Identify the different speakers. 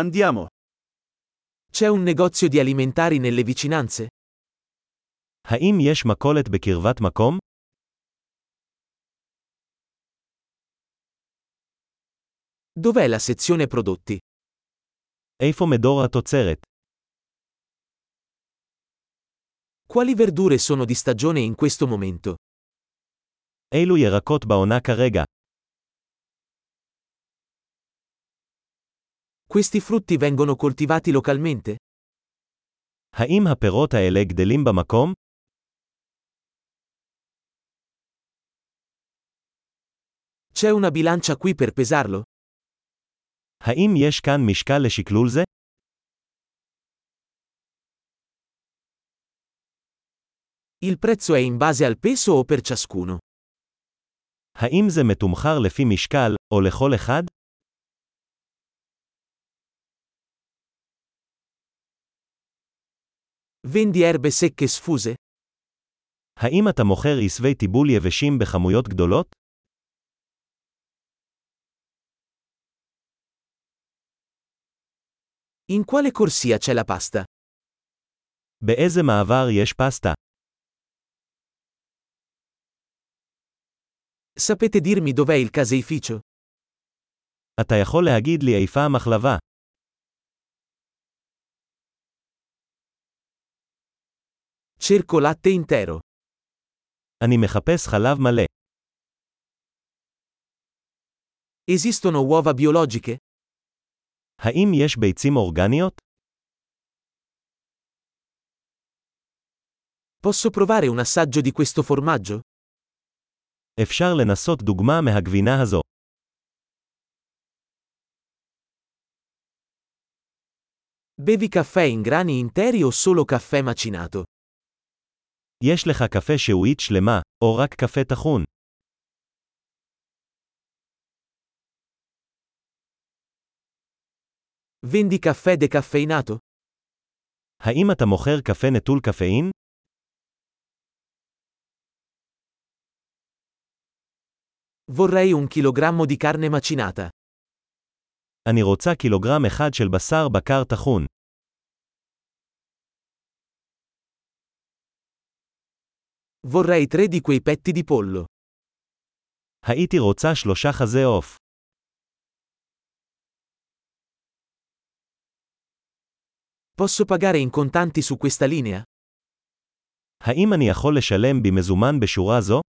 Speaker 1: Andiamo.
Speaker 2: C'è un negozio di alimentari nelle vicinanze?
Speaker 3: האם יש מכולת בקרבת מקום?
Speaker 2: Dov'è la sezione prodotti?
Speaker 3: איפה מדור התוצרת?
Speaker 2: Quali verdure sono di stagione in questo momento?
Speaker 3: אילו ירקות בעונה כרגע?
Speaker 2: Questi frutti vengono coltivati localmente?
Speaker 3: האם הפירות האלה גדלים במקום?
Speaker 2: C'è una bilancia qui per pesarlo?
Speaker 3: האם יש כאן משקל לשקלול זה?
Speaker 2: Il prezzo è in base al peso o per ciascuno?
Speaker 3: האם זה מתומחר לפי משקל, או לכל אחד?
Speaker 2: Vendi erbe secche sfuse?
Speaker 3: האם אתה מוכר עשבי טיבול יבשים בכמויות גדולות?
Speaker 2: In quale corsia c'è la pasta?
Speaker 3: באיזה מעבר יש פסטה?
Speaker 2: Sapete dirmi dov'è il caseificio?
Speaker 3: אתה יכול להגיד לי איפה המחלבה?
Speaker 2: Cerco latte intero.
Speaker 3: אני מחפש חלב מלא.
Speaker 2: Esistono uova biologiche?
Speaker 3: האם יש ביצים אורגניות?
Speaker 2: Posso provare un assaggio di questo formaggio?
Speaker 3: אפשר לנסות דוגמה מהגבינה הזו.
Speaker 2: Bevi caffè in grani interi o solo caffè macinato?
Speaker 3: יש לך קפה שהועית שלמה, או רק קפה טחון.
Speaker 2: Vendi caffè decaffeinato?
Speaker 3: האם אתה מוכר קפה נטול קפאין?
Speaker 2: Vorrei un chilogrammo di carne macinata.
Speaker 3: אני רוצה קילוגרם אחד של בשר בקר טחון.
Speaker 2: Vorrei tre di quei petti di pollo.
Speaker 3: הייתי רוצה שלושה חזה עוף.
Speaker 2: Posso pagare in contanti su questa linea?
Speaker 3: האם אני יכול לשלם במזומן בשורה זו?